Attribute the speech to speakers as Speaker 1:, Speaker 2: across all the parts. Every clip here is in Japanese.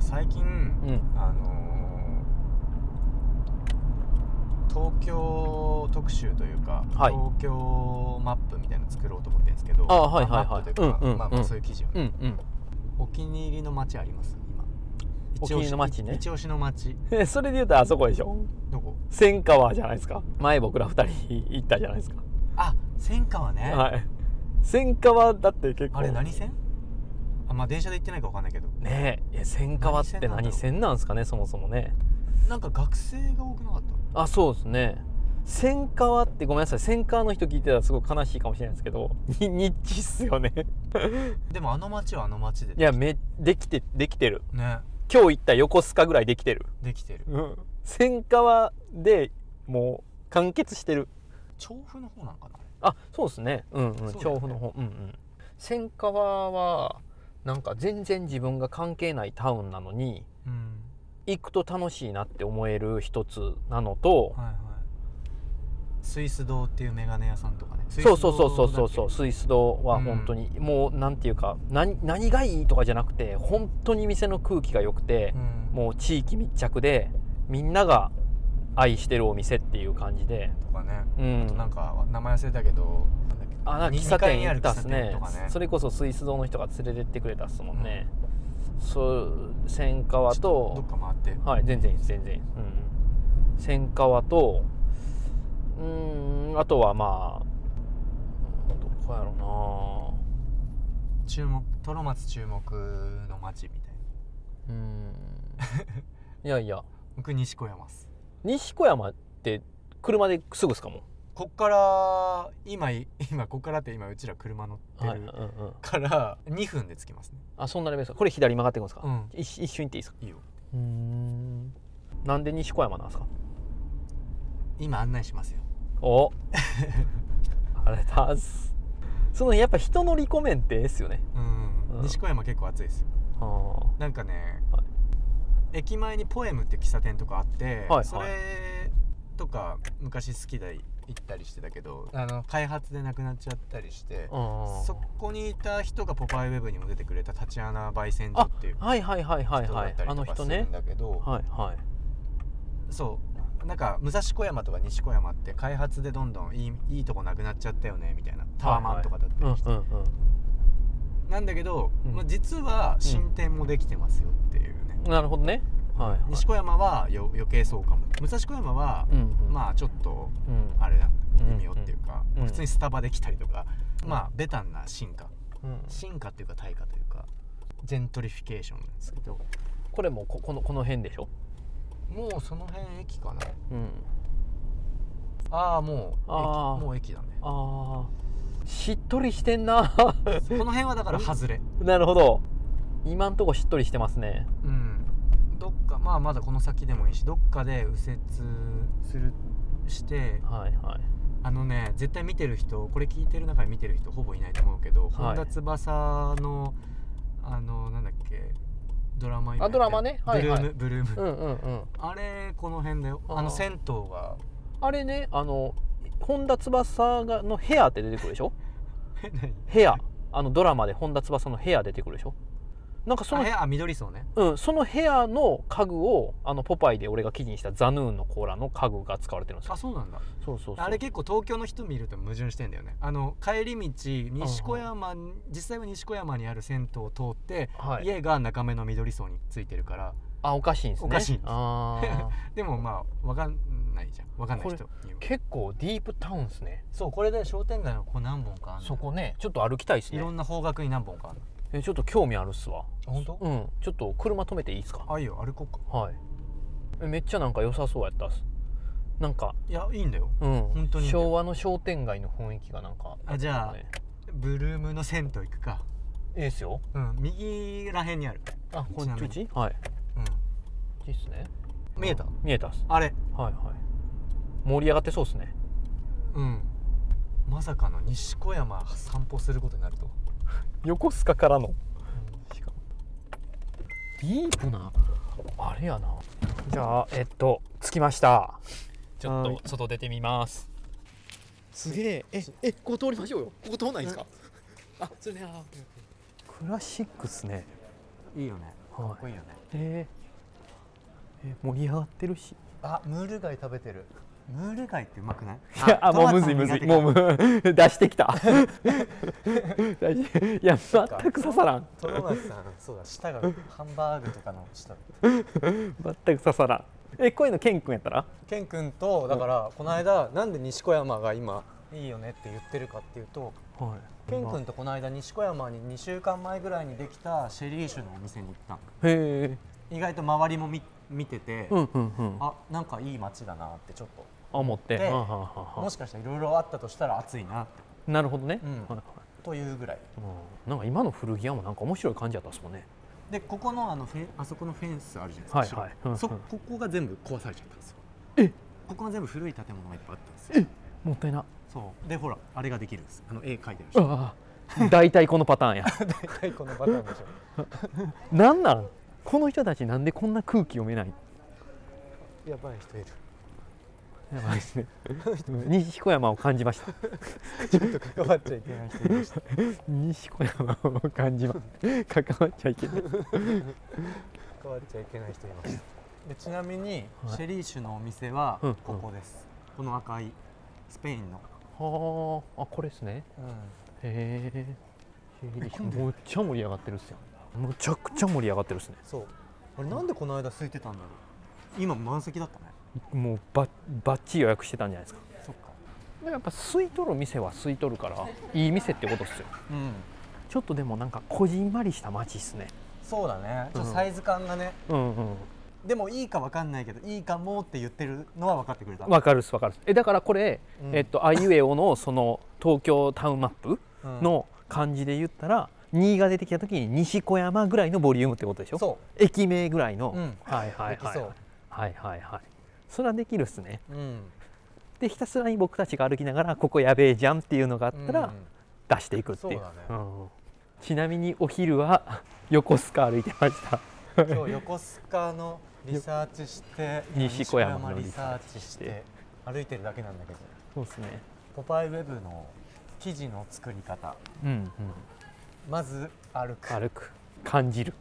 Speaker 1: 最近、
Speaker 2: ん
Speaker 1: あのー東京特集というか、
Speaker 2: はい
Speaker 1: 東京マップみたいなの作ろうと思ってるんですけど
Speaker 2: あはいはい
Speaker 1: まマ
Speaker 2: はい
Speaker 1: ップというか、
Speaker 2: うんうんうん
Speaker 1: まあ、まあそういう記事をね、
Speaker 2: うんうん
Speaker 1: お気に入りの街あります今
Speaker 2: お気に入りの街ね
Speaker 1: 一押しの街
Speaker 2: え それで言うとあそこでしょ
Speaker 1: どこ
Speaker 2: 千川じゃないですか前僕ら二人行ったじゃないですか
Speaker 1: あ千川ね、
Speaker 2: はい千川だって結構
Speaker 1: あれ何線あまあ電車で行ってないか分かんないけど
Speaker 2: ねえいや千川って何
Speaker 1: 何
Speaker 2: 線
Speaker 1: 線
Speaker 2: なんですかねそもそもね
Speaker 1: なんか学生が多くなかった
Speaker 2: あそうですね千川ってごめんなさい千川の人聞いてたらすごく悲しいかもしれないですけど に日記っすよね
Speaker 1: でもあの街はあの街で
Speaker 2: いやめできてできてる
Speaker 1: ね
Speaker 2: 今日行った横須賀ぐらいできてる
Speaker 1: できてる
Speaker 2: うん千川でもう完結してる
Speaker 1: 調布の方なんかな
Speaker 2: あそうですねうんうん、
Speaker 1: そうだよね
Speaker 2: 調布の方うんうん千川はなんか全然自分が関係ないタウンなのに
Speaker 1: うん
Speaker 2: 行くと楽しいなって思える一つなのと、
Speaker 1: はいはいスイス堂っていうメガネ屋さんとかね
Speaker 2: そうそうそうそうそうそううスイス堂は本当に、もうなんていうか何何がいいとかじゃなくて本当に店の空気が良くて、
Speaker 1: ん
Speaker 2: もう地域密着でみんなが愛してるお店っていう感じで、
Speaker 1: とかね
Speaker 2: うん、
Speaker 1: なんか名前忘れたけどなんだっけ
Speaker 2: あなんか
Speaker 1: に
Speaker 2: 喫茶
Speaker 1: 二階
Speaker 2: 店
Speaker 1: にあ
Speaker 2: 行っ
Speaker 1: る
Speaker 2: た
Speaker 1: 喫
Speaker 2: っ
Speaker 1: 茶
Speaker 2: す
Speaker 1: 店
Speaker 2: ね
Speaker 1: とかね
Speaker 2: それこそスイス堂の人が連れてってくれたっすもんね、そう千川
Speaker 1: ちょっど
Speaker 2: と
Speaker 1: っか回って
Speaker 2: はい全然いいです全然いいですうん千川とうーんあとはまあどこやろな
Speaker 1: 注目トロマツ注目の街みたいな
Speaker 2: うー んいやいや
Speaker 1: 僕西小山っす
Speaker 2: 西小山って車ですぐっすかも
Speaker 1: こっから今い 今こっからって今うちら車乗っ
Speaker 2: う、
Speaker 1: て
Speaker 2: うん
Speaker 1: る
Speaker 2: うん、
Speaker 1: から2分で着きますね
Speaker 2: あそんなレベルですかこれ左曲がっていくんですか、
Speaker 1: うん
Speaker 2: 一一瞬行っていいですか
Speaker 1: いいよ
Speaker 2: うーんなんで西小山なんですか
Speaker 1: 今案内しますよ
Speaker 2: おあれだっすそのやっぱ人のリコメンってええっすよね
Speaker 1: うん、
Speaker 2: うん
Speaker 1: 西小山結構暑いですよ
Speaker 2: あー
Speaker 1: なんかね、
Speaker 2: はい
Speaker 1: 駅前にポエムっていう喫茶店とかあって、
Speaker 2: はい
Speaker 1: それとか昔好きで行ったりしてたけどあの開発でなくなっちゃったりして
Speaker 2: あー
Speaker 1: そこにいた人が「ポパイウェブ」にも出てくれたタチアナ・バイセンジっていう
Speaker 2: はいはいはいはい
Speaker 1: 人だ
Speaker 2: は
Speaker 1: っ
Speaker 2: い
Speaker 1: た
Speaker 2: あ
Speaker 1: り
Speaker 2: の
Speaker 1: とかす
Speaker 2: 人
Speaker 1: る
Speaker 2: ね
Speaker 1: んだけど、
Speaker 2: はいはい
Speaker 1: そうなんか武蔵小山とか西小山って開発でどんどんいいいいとこなくなっちゃったよねみたいなタワマンとかだったりして、
Speaker 2: うんうんうん
Speaker 1: なんだけど、
Speaker 2: うん
Speaker 1: まあ、実は新店もできてますよっていうね、
Speaker 2: なるほどねはい、はい、
Speaker 1: 西小山はよ余計そうかも武蔵小山は、
Speaker 2: うんうん
Speaker 1: まあちょっと
Speaker 2: うん
Speaker 1: あれだ
Speaker 2: うん
Speaker 1: 微妙っていうか、
Speaker 2: うん
Speaker 1: 普通にスタバできたりとか、
Speaker 2: うん
Speaker 1: まあベタンな進化
Speaker 2: うん
Speaker 1: 進化っていうか退化というかジェントリフィケーションなんですけど
Speaker 2: これもここのこの辺でしょ
Speaker 1: もうその辺駅かな
Speaker 2: うん
Speaker 1: ああもう
Speaker 2: あー
Speaker 1: 駅もう駅だね
Speaker 2: あーしっとりしてんな
Speaker 1: この辺はだから外れ
Speaker 2: なるほど今んとこしっとりしてますね
Speaker 1: うんどっかまあまだこの先でもいいしどっかで右折するして
Speaker 2: はいはい
Speaker 1: あのね絶対見てる人これ聞いてる中で見てる人ほぼいないと思うけど、
Speaker 2: はい
Speaker 1: 本田翼のあのなんだっけドラマ今
Speaker 2: あドラマね
Speaker 1: やってる
Speaker 2: はいはい
Speaker 1: ブルーム、ブ
Speaker 2: う
Speaker 1: ルーム
Speaker 2: んうんうん
Speaker 1: あれこの辺だよ
Speaker 2: あー
Speaker 1: あの銭湯が
Speaker 2: あれねあの本田翼がのヘアって出てくるでしょ
Speaker 1: え何
Speaker 2: ヘアあのドラマで本田翼のヘア出てくるでしょなんかそ
Speaker 1: あ
Speaker 2: の
Speaker 1: 部屋あ緑層ね
Speaker 2: うん、その部屋の家具をあのポパイで俺が記事にしたザヌーンのコーラの家具が使われてるんですよ
Speaker 1: あそうなんだ
Speaker 2: そうそうそう
Speaker 1: あれ結構東京の人見ると矛盾してんだよねあの帰り道西小山実際は西小山にある銭湯を通って、
Speaker 2: はい
Speaker 1: 家が中目の緑層についてるから
Speaker 2: あおかしいんですね
Speaker 1: おかしいんです
Speaker 2: あ
Speaker 1: でもまあわかんないじゃんわかんない人
Speaker 2: こ
Speaker 1: には
Speaker 2: ー結構ディープタウンですね
Speaker 1: そうこれで商店街のここ何本かあんのよ
Speaker 2: そこねちょっと歩きたいです
Speaker 1: いろ
Speaker 2: ね
Speaker 1: んな方角に何本かあるの
Speaker 2: えちょっと興味あるっすわ
Speaker 1: 本当
Speaker 2: うんちょっと車止めていいですか
Speaker 1: あいいよ歩こうか
Speaker 2: はいえめっちゃなんか良さそうやったっすなんか
Speaker 1: いやいいんだよ
Speaker 2: うん
Speaker 1: 本当に
Speaker 2: 昭和の商店街の雰囲気がなんか
Speaker 1: あじゃあ
Speaker 2: ね
Speaker 1: ブルームの銭湯行くか
Speaker 2: ええっすよ
Speaker 1: うん右らへんにある
Speaker 2: あこん
Speaker 1: ちなみ
Speaker 2: ち
Speaker 1: に
Speaker 2: ちはい
Speaker 1: うん
Speaker 2: こっちっすね
Speaker 1: 見えた
Speaker 2: 見えたっす
Speaker 1: あれ
Speaker 2: はいはい盛り上がってそうですね
Speaker 1: うんまさかの西小山散歩することになるとは
Speaker 2: 横須賀からのしかもディープなあれやなじゃあえっと着きましたち
Speaker 1: ょっと
Speaker 2: 外出てみますすげえええここ通りましょうよここ通らないんですかあそれねクラシックっすね
Speaker 1: いいよねかっこいいよね、
Speaker 2: えーえ盛り上がってるし
Speaker 1: あムール貝食べてるムール貝ってうまくない
Speaker 2: い やあもうむずい
Speaker 1: トマ
Speaker 2: む
Speaker 1: ト苦
Speaker 2: ずい
Speaker 1: 手
Speaker 2: もう む出してきた出しいや全く刺さらん
Speaker 1: トロマツさんそうだ舌がハンバーグとかの舌
Speaker 2: 全く刺さらんえこういうのケン君やったら
Speaker 1: ケン君とだからこの間なんで西小山が今いいよねって言ってるかっていうと
Speaker 2: はい
Speaker 1: ケン君とこの間西小山に2週間前ぐらいにできたシェリー酒のお店に行ったの
Speaker 2: へえ
Speaker 1: 意外と周りも見見てて、
Speaker 2: うんうんうん
Speaker 1: あなんかいい街だなってちょっと
Speaker 2: 思って
Speaker 1: で
Speaker 2: はんはんはん
Speaker 1: も
Speaker 2: は
Speaker 1: しかしたらいろいろあったとしたら暑いなって
Speaker 2: んなるほどね、
Speaker 1: うん
Speaker 2: はいはい
Speaker 1: というぐらい
Speaker 2: うんなんか今の古着屋もなんか面白い感じやったっすもんね
Speaker 1: でここのあのフェンあそこのフェンスあるじゃない
Speaker 2: は
Speaker 1: で
Speaker 2: い
Speaker 1: すか、
Speaker 2: はいうんうん
Speaker 1: そここが全部壊されちゃったんですよここが全部古い建物がいっぱいあったんですよ
Speaker 2: もったいな
Speaker 1: そうでほらあれができるんですあの絵描いてる人
Speaker 2: ああ大体このパターンや
Speaker 1: 大 体このパターンでしょ
Speaker 2: なんなんこの人たちなんでこんな空気読めない
Speaker 1: やばい人 いる
Speaker 2: やばいですね西彦山を感じました
Speaker 1: ちょっと関わっちゃいけない人いました
Speaker 2: 西小山を感じます関わっちゃいけない
Speaker 1: 関わっちゃいけない人いましたでちなみに
Speaker 2: はい
Speaker 1: シェリー酒のお店は
Speaker 2: うんうん
Speaker 1: ここです、この赤いスペインの、
Speaker 2: はああこれですねへえむっちゃ盛り上がってるっすよむちゃくちゃ盛り上がってるっすね
Speaker 1: そうあれなんでこの間空いてたんだろう今満席だったね
Speaker 2: もうばばっちり予約してたんじゃないですか
Speaker 1: そっか
Speaker 2: でもやっぱ吸い取る店は吸い取るからいい店ってことっすよ
Speaker 1: うん
Speaker 2: ちょっとでもなんかこじんまりした街っすね
Speaker 1: そうだねちょっ
Speaker 2: うん
Speaker 1: とサイズ感がね、
Speaker 2: うんうん
Speaker 1: でもいいかわかんないけどいいかもって言ってるのは分かってくれた、
Speaker 2: わかるっすわかるっすえだからこれ、
Speaker 1: うん
Speaker 2: えっとあいうえおのその東京タウンマップ
Speaker 1: うん
Speaker 2: の感じで言ったら2が出てきた時に西小山ぐらいのボリュームってことでしょ
Speaker 1: そ
Speaker 2: 駅名ぐらいの、
Speaker 1: うん
Speaker 2: はいはい
Speaker 1: で
Speaker 2: は
Speaker 1: き
Speaker 2: い
Speaker 1: そう
Speaker 2: はいはいはいそれはできるっすね
Speaker 1: ううん
Speaker 2: でひたすらに僕たちが歩きながらここやべえじゃんっていうのがあった
Speaker 1: う
Speaker 2: ら
Speaker 1: ん
Speaker 2: 出していくっていう,、
Speaker 1: そうだね
Speaker 2: んちなみにお昼は横須賀歩いてました
Speaker 1: 今日横須賀のリサーチして
Speaker 2: 西小山の
Speaker 1: 西
Speaker 2: リ
Speaker 1: リ
Speaker 2: サ
Speaker 1: サ
Speaker 2: ー
Speaker 1: ー
Speaker 2: チ
Speaker 1: チ
Speaker 2: し
Speaker 1: してて歩いてるだけなんだけど
Speaker 2: そうですね
Speaker 1: ポパイウェブの記事の作り方
Speaker 2: うんうん
Speaker 1: まず歩く
Speaker 2: 歩く感じる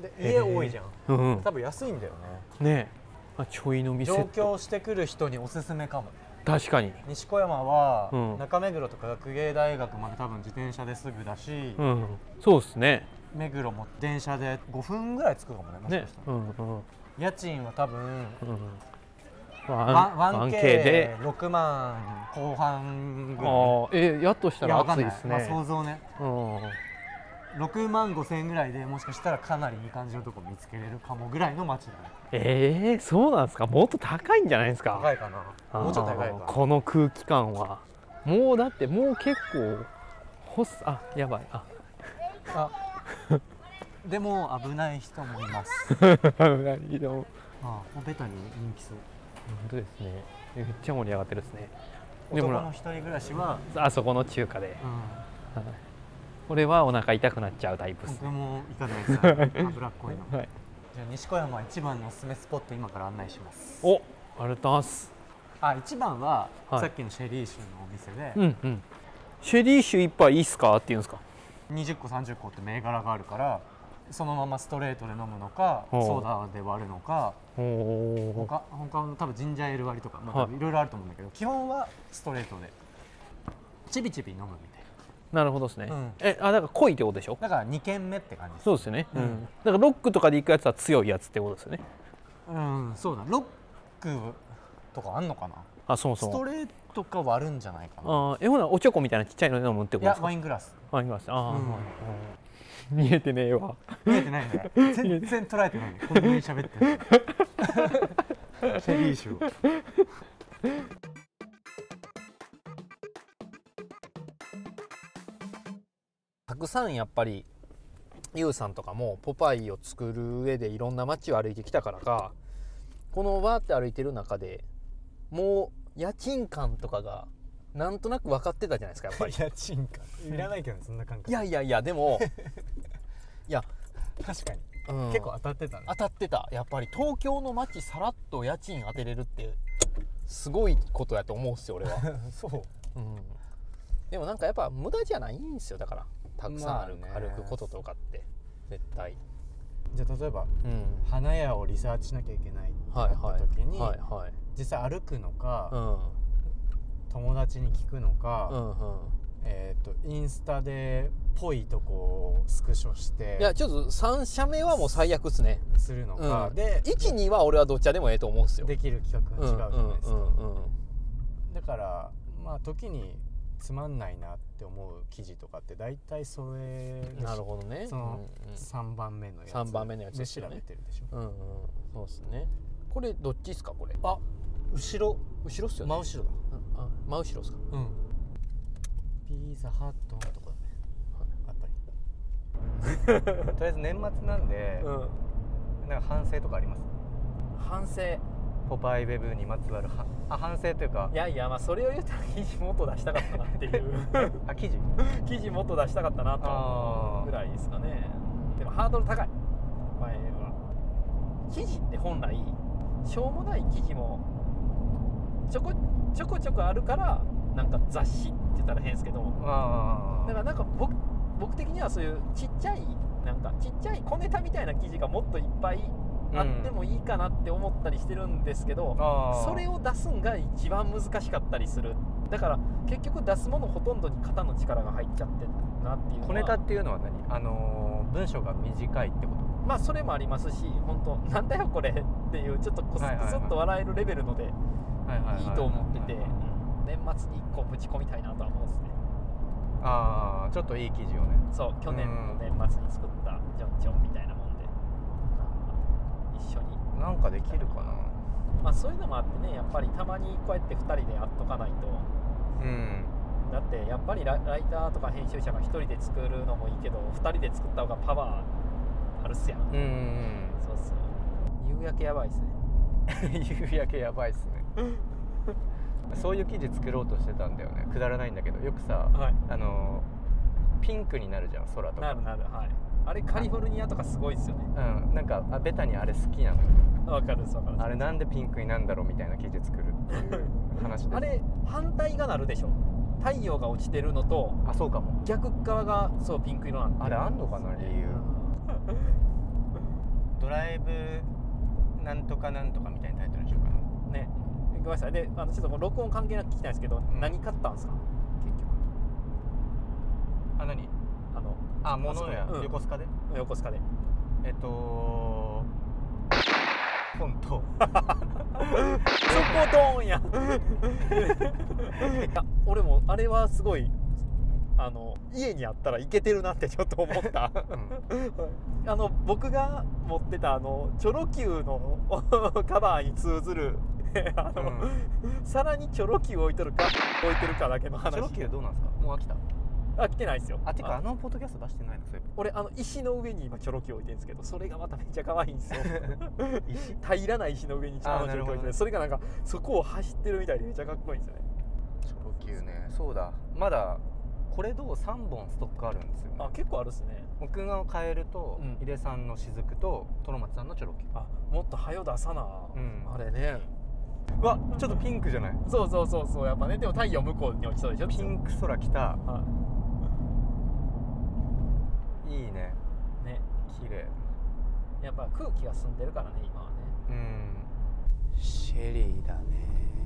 Speaker 1: で
Speaker 2: へー
Speaker 1: 家多いじゃん
Speaker 2: うんうん
Speaker 1: 多分安いんだよ
Speaker 2: ねえあちょいの
Speaker 1: ね
Speaker 2: 店
Speaker 1: 上京してくる人におすすめかも
Speaker 2: 確かに
Speaker 1: 西小山は
Speaker 2: うん
Speaker 1: 中目黒とか学芸大学まで多分自転車ですぐだし、
Speaker 2: うんそうですね
Speaker 1: 目黒も電車で5分ぐらい着くかもねもし
Speaker 2: ね
Speaker 1: かしたら、
Speaker 2: うんうん
Speaker 1: 家賃は多分
Speaker 2: うん
Speaker 1: ワ
Speaker 2: ワ
Speaker 1: ン
Speaker 2: ン
Speaker 1: 1K
Speaker 2: 1K で
Speaker 1: で6万後半ぐらい
Speaker 2: ああえやっとした
Speaker 1: いや
Speaker 2: ら
Speaker 1: わかん
Speaker 2: 暑い
Speaker 1: ない
Speaker 2: です
Speaker 1: まあ、
Speaker 2: ね
Speaker 1: 想像ね
Speaker 2: うん
Speaker 1: 6万5千円ぐらいでもしかしたらかなりいい感じのとこ見つけれるかもぐらいの街だね
Speaker 2: えー、そうなんですかもっと高いんじゃないですか
Speaker 1: 高いかなもうちょっと高い
Speaker 2: あー
Speaker 1: か
Speaker 2: この空気感はもうだってもう結構ほっあやばいあ
Speaker 1: あでも危ない人もいます
Speaker 2: 何でも
Speaker 1: ああベタに人気そう
Speaker 2: 本当ですねめっちゃ盛り上がってるですねでも
Speaker 1: 男の
Speaker 2: な
Speaker 1: 一人暮らしは、
Speaker 2: あそこの中華で、
Speaker 1: うん、
Speaker 2: はい、俺はお腹痛くなっちゃうタイプです
Speaker 1: 僕
Speaker 2: ね
Speaker 1: も行かないです 脂っこいのじゃ
Speaker 2: は
Speaker 1: あ
Speaker 2: い、
Speaker 1: 西小山一番のおすすめスポット今から案内します
Speaker 2: おあれだす
Speaker 1: あ一番は、
Speaker 2: はい
Speaker 1: さっきのシェリー酒のお店で、
Speaker 2: うんうんシェリー酒一杯いいっすかって言うんですか
Speaker 1: 20個30個って銘柄があるからそのままストレートで飲むのか
Speaker 2: ほう
Speaker 1: ソーダで割るのか
Speaker 2: おお
Speaker 1: 他他の多分ジンジャーエール割りとか、まあ
Speaker 2: はい
Speaker 1: 多分いろいろあると思うんだけど基本はストレートでちびちび飲むみたい
Speaker 2: なるほどですね、
Speaker 1: うん
Speaker 2: えあだから濃いってことでしょ
Speaker 1: なだから2軒目って感じです
Speaker 2: そうですよね、う
Speaker 1: うん
Speaker 2: ん、だからロックとかで行くやつは強いやつってことですよね
Speaker 1: うんそうだロックとかあんのかな
Speaker 2: あそもそ
Speaker 1: スト
Speaker 2: も
Speaker 1: レートか割るんじゃないかな
Speaker 2: あーえほなおちょこみたいなちっちゃいの飲むって
Speaker 1: い
Speaker 2: ことで
Speaker 1: や
Speaker 2: すか
Speaker 1: ワイングラス
Speaker 2: ワイングラスああ、
Speaker 1: うん
Speaker 2: はい うん見えてねえわ
Speaker 1: 見えてないね全然捉えてないねこんなに喋ってるシェリー酒を
Speaker 2: たくさんやっぱりユウさんとかもポパイを作る上でいろんな街を歩いてきたからかこのわーって歩いてる中でもう家賃感とかがなんとなく分かってたじゃないですかやっぱ り
Speaker 1: 家賃かいらないけどそんな感覚
Speaker 2: いやいやいやで もいや、
Speaker 1: 確かに
Speaker 2: うん
Speaker 1: 結構当たってたね
Speaker 2: 当たってたやっぱり東京の街さらっと家賃当てれるってすごいことやと思うんすよ俺は、
Speaker 1: そう
Speaker 2: うん、でもなんかやっぱ無駄じゃないんですよだからたくさん歩く,、
Speaker 1: まあね
Speaker 2: 歩くこととかって絶対
Speaker 1: じゃあ例えば
Speaker 2: うん
Speaker 1: 花屋をリサーチしなきゃいけないってな
Speaker 2: はい
Speaker 1: った時に、
Speaker 2: はいはいはい
Speaker 1: 実際歩くのか、
Speaker 2: うん
Speaker 1: 友達に聞くの
Speaker 2: う
Speaker 1: か、
Speaker 2: んうん
Speaker 1: えっ、とインスタでぽいとこをスクショして
Speaker 2: いやちょっと3社目はもう最悪っすね、
Speaker 1: するの
Speaker 2: う
Speaker 1: か、
Speaker 2: ん、
Speaker 1: で
Speaker 2: 12は俺はどっちでもええと思うんすよ
Speaker 1: できる企画が違うじゃないですか、
Speaker 2: うんうんうんうん
Speaker 1: だからまあ時につまんないなって思う記事とかって大体それで
Speaker 2: なるほどね
Speaker 1: その
Speaker 2: うんうん
Speaker 1: 3番目のやつ
Speaker 2: 三番目のやつで
Speaker 1: です調
Speaker 2: よね
Speaker 1: べてるでしょ
Speaker 2: うんうん、そうですねこれどっちですかこれ
Speaker 1: あ後ろ
Speaker 2: 後ろっすよね
Speaker 1: 真後ろだ
Speaker 2: ああ真後ろっすか
Speaker 1: うんピーザハットのとこだねやっぱり とりあえず年末なんで、
Speaker 2: ん
Speaker 1: なんか反省とかあります
Speaker 2: 反省い
Speaker 1: ポパイウェブにまつわるはあ反省というか
Speaker 2: やいやまあそれを言うたら記事もっと出したかったなっていう
Speaker 1: あ記事
Speaker 2: 記事もっと出したかったなと
Speaker 1: あ
Speaker 2: 思
Speaker 1: ー
Speaker 2: うぐらいですかねでもハードル高い前は記事って本来しょうもない記事もちょこちょこちょこあるからなんか雑誌って言ったら変ですけど
Speaker 1: あ
Speaker 2: だからなんか僕僕的にはそういうちっちゃいなんかちっちゃい小ネタみたいな記事がもっといっぱいあってもいいかなって思ったりしてるんですけど、
Speaker 1: あ
Speaker 2: それ
Speaker 1: を
Speaker 2: を出すんが一番難しかったりするだから結局出すものほとんどに肩の力が入っちゃってるなっていうのは
Speaker 1: 小ネタっていうのは何あのー文章が短いってこと
Speaker 2: まあそれもありますし本当なんだよこれっていうちょっとこす
Speaker 1: はいはいはい
Speaker 2: くすっと笑えるレベルのでいい
Speaker 1: はいはい
Speaker 2: と思ってて、
Speaker 1: はいはい
Speaker 2: うん年末に1個ぶち込みたいなとは思うんですね
Speaker 1: ああちょっといい記事をね
Speaker 2: そう去年の年末に作ったジョンチョンみたいなもんでなんか一緒に
Speaker 1: なんかできるか
Speaker 2: まあそういうのもあってねやっぱりたまにこうやって2人でやっとかないと
Speaker 1: なうん
Speaker 2: だってやっぱりラライターとか編集者が1人で作るのもいいけど2人で作った方がパワーあるっすやん、
Speaker 1: うん うん
Speaker 2: そうそう夕焼けやばいっすね
Speaker 1: 夕焼けやばいっすねそういう記事作ろうとしてたんだよねくだらないんだけどよくさ
Speaker 2: はい
Speaker 1: あのーピンクになるじゃん空と
Speaker 2: な
Speaker 1: か
Speaker 2: るなるはいあれカリフォルニアとかすごいっすよね
Speaker 1: うんなんかあベタにあれ好きなのよ
Speaker 2: わかるっすわかるっす
Speaker 1: あれなんでピンクになんだろうみたいな記事作るっていう話 です
Speaker 2: あれ反対がなるでしょ太陽が落ちてるのと
Speaker 1: あそうかも
Speaker 2: 逆側がそうピンク色なんで
Speaker 1: あれあんのかな理由ドライブなんとかなんとかみたいなタイトルにしようかな
Speaker 2: ねごめんなさいであのちょっとこう録音関係なく聞きたいんですけど、
Speaker 1: ん
Speaker 2: 何買ったんですか結局
Speaker 1: あ何
Speaker 2: あの
Speaker 1: あ物や、
Speaker 2: あそこうん
Speaker 1: 横須賀で
Speaker 2: 横須賀で
Speaker 1: えっと本と
Speaker 2: 速攻ドーンや いや俺もあれはすごいあの家にあったらいけてるなってちょっと思った あの僕が持ってたあのチョロ Q の カバーに通ずる あの、さらにチョロ Q 置いてるか置いてるかだけの話
Speaker 1: チョロ Q どうなんですかもう飽きた
Speaker 2: あ来てないですよ
Speaker 1: あてかあのポッドキャスト出してないのそれ
Speaker 2: 俺あの石の上に今チョロキを置いてるんですけどそれがまためっちゃ可愛いん ですよ
Speaker 1: 石
Speaker 2: 平らな石の上にあ
Speaker 1: あー
Speaker 2: のチョロ
Speaker 1: なる
Speaker 2: キを置い
Speaker 1: ほ
Speaker 2: て
Speaker 1: どね
Speaker 2: てそれがなんかそこを走ってるみたいでめっちゃかっこいいんですよね
Speaker 1: チョロ Q ねそうだまだこれどう3本ストックあるんですよ、ね
Speaker 2: あ、結構あるっすね
Speaker 1: 僕が変えると、
Speaker 2: うん
Speaker 1: 井出さんのしずくとトロマツさんのチョロ Q
Speaker 2: あもっと早よ出さな、
Speaker 1: うん
Speaker 2: あれね
Speaker 1: うわちょっとピンクじゃない
Speaker 2: そうそうそうそうやっぱねでも太陽向こうに落ちそうでしょ
Speaker 1: ピンク空来た
Speaker 2: はい
Speaker 1: いね
Speaker 2: いね
Speaker 1: 綺麗
Speaker 2: やっぱ空気が澄んでるからね今はね
Speaker 1: うんシェリーだね